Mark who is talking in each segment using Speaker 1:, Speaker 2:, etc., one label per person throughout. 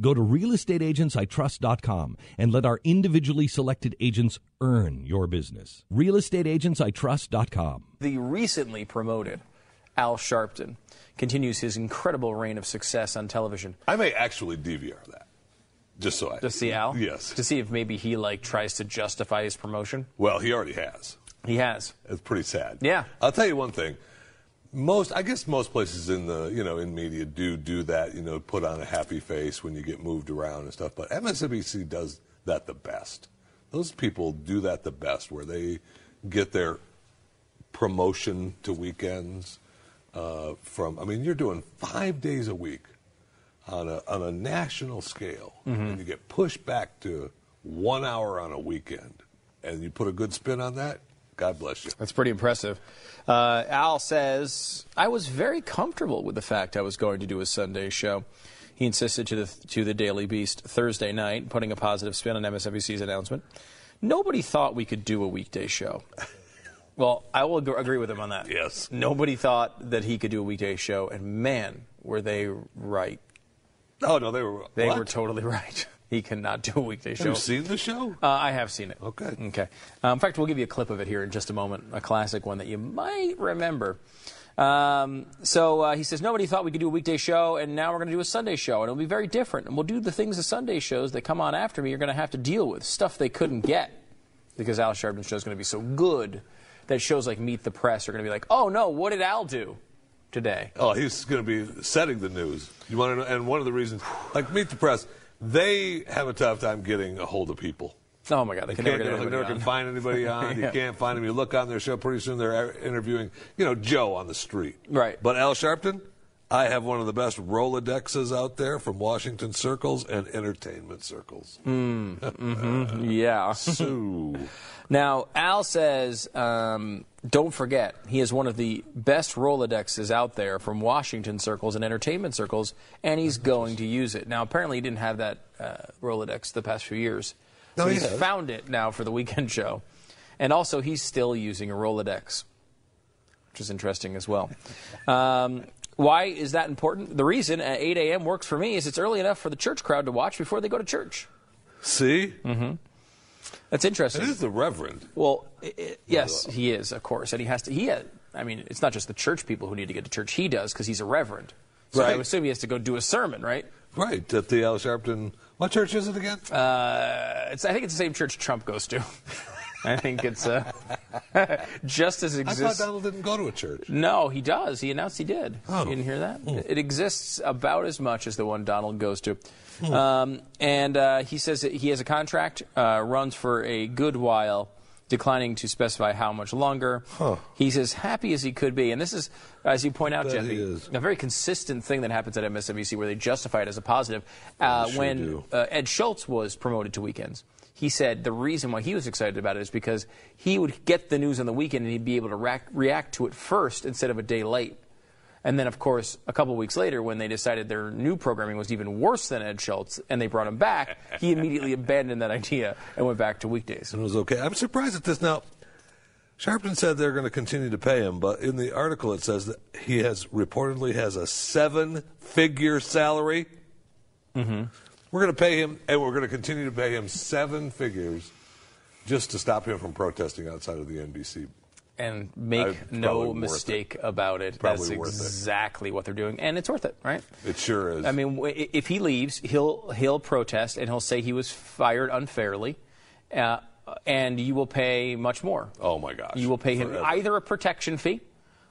Speaker 1: go to realestateagentsitrust.com and let our individually selected agents earn your business. realestateagentsitrust.com.
Speaker 2: The recently promoted Al Sharpton continues his incredible reign of success on television.
Speaker 3: I may actually DVR that. Just so I.
Speaker 2: To see Al?
Speaker 3: Yes.
Speaker 2: To see if maybe he like tries to justify his promotion.
Speaker 3: Well, he already has.
Speaker 2: He has.
Speaker 3: It's pretty sad.
Speaker 2: Yeah.
Speaker 3: I'll tell you one thing. Most, I guess, most places in the you know in media do do that. You know, put on a happy face when you get moved around and stuff. But MSNBC does that the best. Those people do that the best, where they get their promotion to weekends uh, from. I mean, you're doing five days a week on a on a national scale, and you get pushed back to one hour on a weekend, and you put a good spin on that. God bless you.
Speaker 2: That's pretty impressive. Uh, Al says, I was very comfortable with the fact I was going to do a Sunday show. He insisted to the, to the Daily Beast Thursday night, putting a positive spin on MSNBC's announcement. Nobody thought we could do a weekday show. Well, I will ag- agree with him on that.
Speaker 3: Yes.
Speaker 2: Nobody thought that he could do a weekday show, and man, were they right.
Speaker 3: Oh no, they were.
Speaker 2: They
Speaker 3: what?
Speaker 2: were totally right. He cannot do a weekday show.
Speaker 3: Have you seen the show?
Speaker 2: Uh, I have seen it.
Speaker 3: Okay.
Speaker 2: Okay. Um, in fact, we'll give you a clip of it here in just a moment, a classic one that you might remember. Um, so uh, he says, Nobody thought we could do a weekday show, and now we're going to do a Sunday show, and it'll be very different. And we'll do the things the Sunday shows that come on after me are going to have to deal with, stuff they couldn't get, because Al Sharpton's show is going to be so good that shows like Meet the Press are going to be like, Oh, no, what did Al do today?
Speaker 3: Oh, he's going to be setting the news. You want to know? And one of the reasons, like Meet the Press, they have a tough time getting a hold of people.
Speaker 2: Oh, my God, they can never
Speaker 3: Can't
Speaker 2: get
Speaker 3: get-
Speaker 2: anybody
Speaker 3: never
Speaker 2: on.
Speaker 3: can find anybody on.
Speaker 2: Yeah.
Speaker 3: You can't find them. You look on their show. Pretty soon they're interviewing, you know, Joe on the street.
Speaker 2: Right.
Speaker 3: But Al Sharpton, I have one of the best Rolodexes out there from Washington circles and entertainment circles.
Speaker 2: Mm. Yeah.
Speaker 3: So,
Speaker 2: Now, Al says, um, don't forget, he is one of the best Rolodexes out there from Washington circles and entertainment circles, and he's going to use it. Now, apparently, he didn't have that uh, Rolodex the past few years. So
Speaker 3: No, he
Speaker 2: he's
Speaker 3: has.
Speaker 2: found it now for the weekend show. And also, he's still using a Rolodex, which is interesting as well. Um, why is that important? The reason at 8 a.m. works for me is it's early enough for the church crowd to watch before they go to church.
Speaker 3: see,
Speaker 2: Mm-hmm. That's interesting.
Speaker 3: it is the Reverend.
Speaker 2: Well, i i yes, he is, of course, and he has to. He, has, I mean, it's not just the church people who need to get to church. He does because he's a reverend. So I
Speaker 3: Right.
Speaker 2: would assume he has to go do a sermon, right?
Speaker 3: Right at the Al Sharpton. What church is it again?
Speaker 2: Uh, it's, I think it's the same church Trump goes to. I think it's uh, just as
Speaker 3: I thought
Speaker 2: exists.
Speaker 3: Donald didn't go to a church.
Speaker 2: No, he does. He announced he did.
Speaker 3: Oh.
Speaker 2: You didn't hear that? It exists about as much as the one Donald goes to.
Speaker 3: Hmm.
Speaker 2: Um, and uh, he says that he has a contract, uh, runs for a good while, declining to specify how much longer. He's as happy as he could be. And this is, as you point out,
Speaker 3: bet
Speaker 2: Jeffy,
Speaker 3: he is.
Speaker 2: a very consistent thing that happens at MSNBC where they justify it as a positive. Uh,
Speaker 3: sure
Speaker 2: when
Speaker 3: do.
Speaker 2: uh, Ed Schultz was promoted to weekends, he said the reason why he was excited about it is because he would get the news on the weekend and he'd be able to rac- react to it first instead of a day late. And then, of course, a couple weeks later, when they decided their new programming was even worse than Ed Schultz and they brought him back, he immediately abandoned that idea and went back to weekdays.
Speaker 3: and it was okay. I'm surprised at this. Now, Sharpton said they're going to continue to pay him, but in the article it says that he has reportedly has a seven-figure salary. Mm-hmm. We're going to pay him, and we're going to continue to pay him seven figures just to stop him from protesting outside of the NBC.
Speaker 2: And make
Speaker 3: Uh, probably
Speaker 2: no
Speaker 3: worth it.
Speaker 2: mistake about it,
Speaker 3: Probably
Speaker 2: that's
Speaker 3: worth it.
Speaker 2: exactly what they're doing. And it's worth it, right?
Speaker 3: It sure is.
Speaker 2: I mean, w- i- if he leaves, he'll he'll protest and he'll say he was fired unfairly, uh, and you will pay much more.
Speaker 3: oh my gosh!
Speaker 2: You will pay him
Speaker 3: Forever.
Speaker 2: either a protection fee,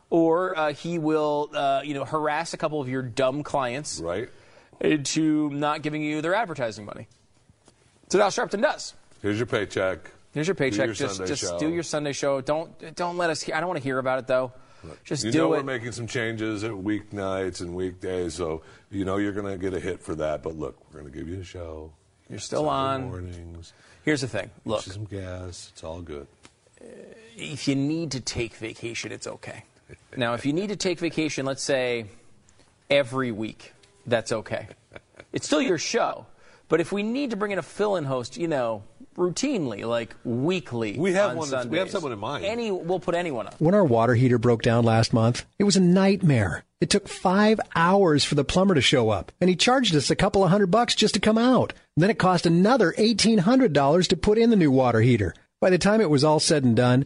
Speaker 2: or uh, he will uh, you know harass a couple of your dumb clients
Speaker 3: right.
Speaker 2: into not giving you their advertising money. So now Sharpton does.
Speaker 3: Here's your paycheck.
Speaker 2: Here's your paycheck.
Speaker 3: your
Speaker 2: just
Speaker 3: Sunday
Speaker 2: just
Speaker 3: show.
Speaker 2: do your Sunday show. Don't don't let us. Hear, I don't want to hear about it though. Just
Speaker 3: you
Speaker 2: do
Speaker 3: know
Speaker 2: it.
Speaker 3: we're making some changes at weeknights and weekdays, so you know you're going to get a hit for that. But look, we're going to give you a show.
Speaker 2: You're still
Speaker 3: Sunday
Speaker 2: on.
Speaker 3: mornings.
Speaker 2: Here's the thing. Look,
Speaker 3: Get you some gas. It's all good.
Speaker 2: if you need to take vacation, it's okay. Now, if you need to take vacation, let's say every week, that's okay. It's still your show. But if we need to bring in a fill-in host, you know, routinely, like weekly,
Speaker 3: We have
Speaker 2: on
Speaker 3: one that's- we have
Speaker 2: Sundays,
Speaker 3: someone in mind.
Speaker 2: Any, we'll put anyone on.
Speaker 4: When our water heater broke down last month, it was a nightmare. It took five hours for the plumber to show up, and he charged us a couple of hundred bucks just to come out. Then it cost another $1,800 to put in the new water heater. By the time it was all said and done,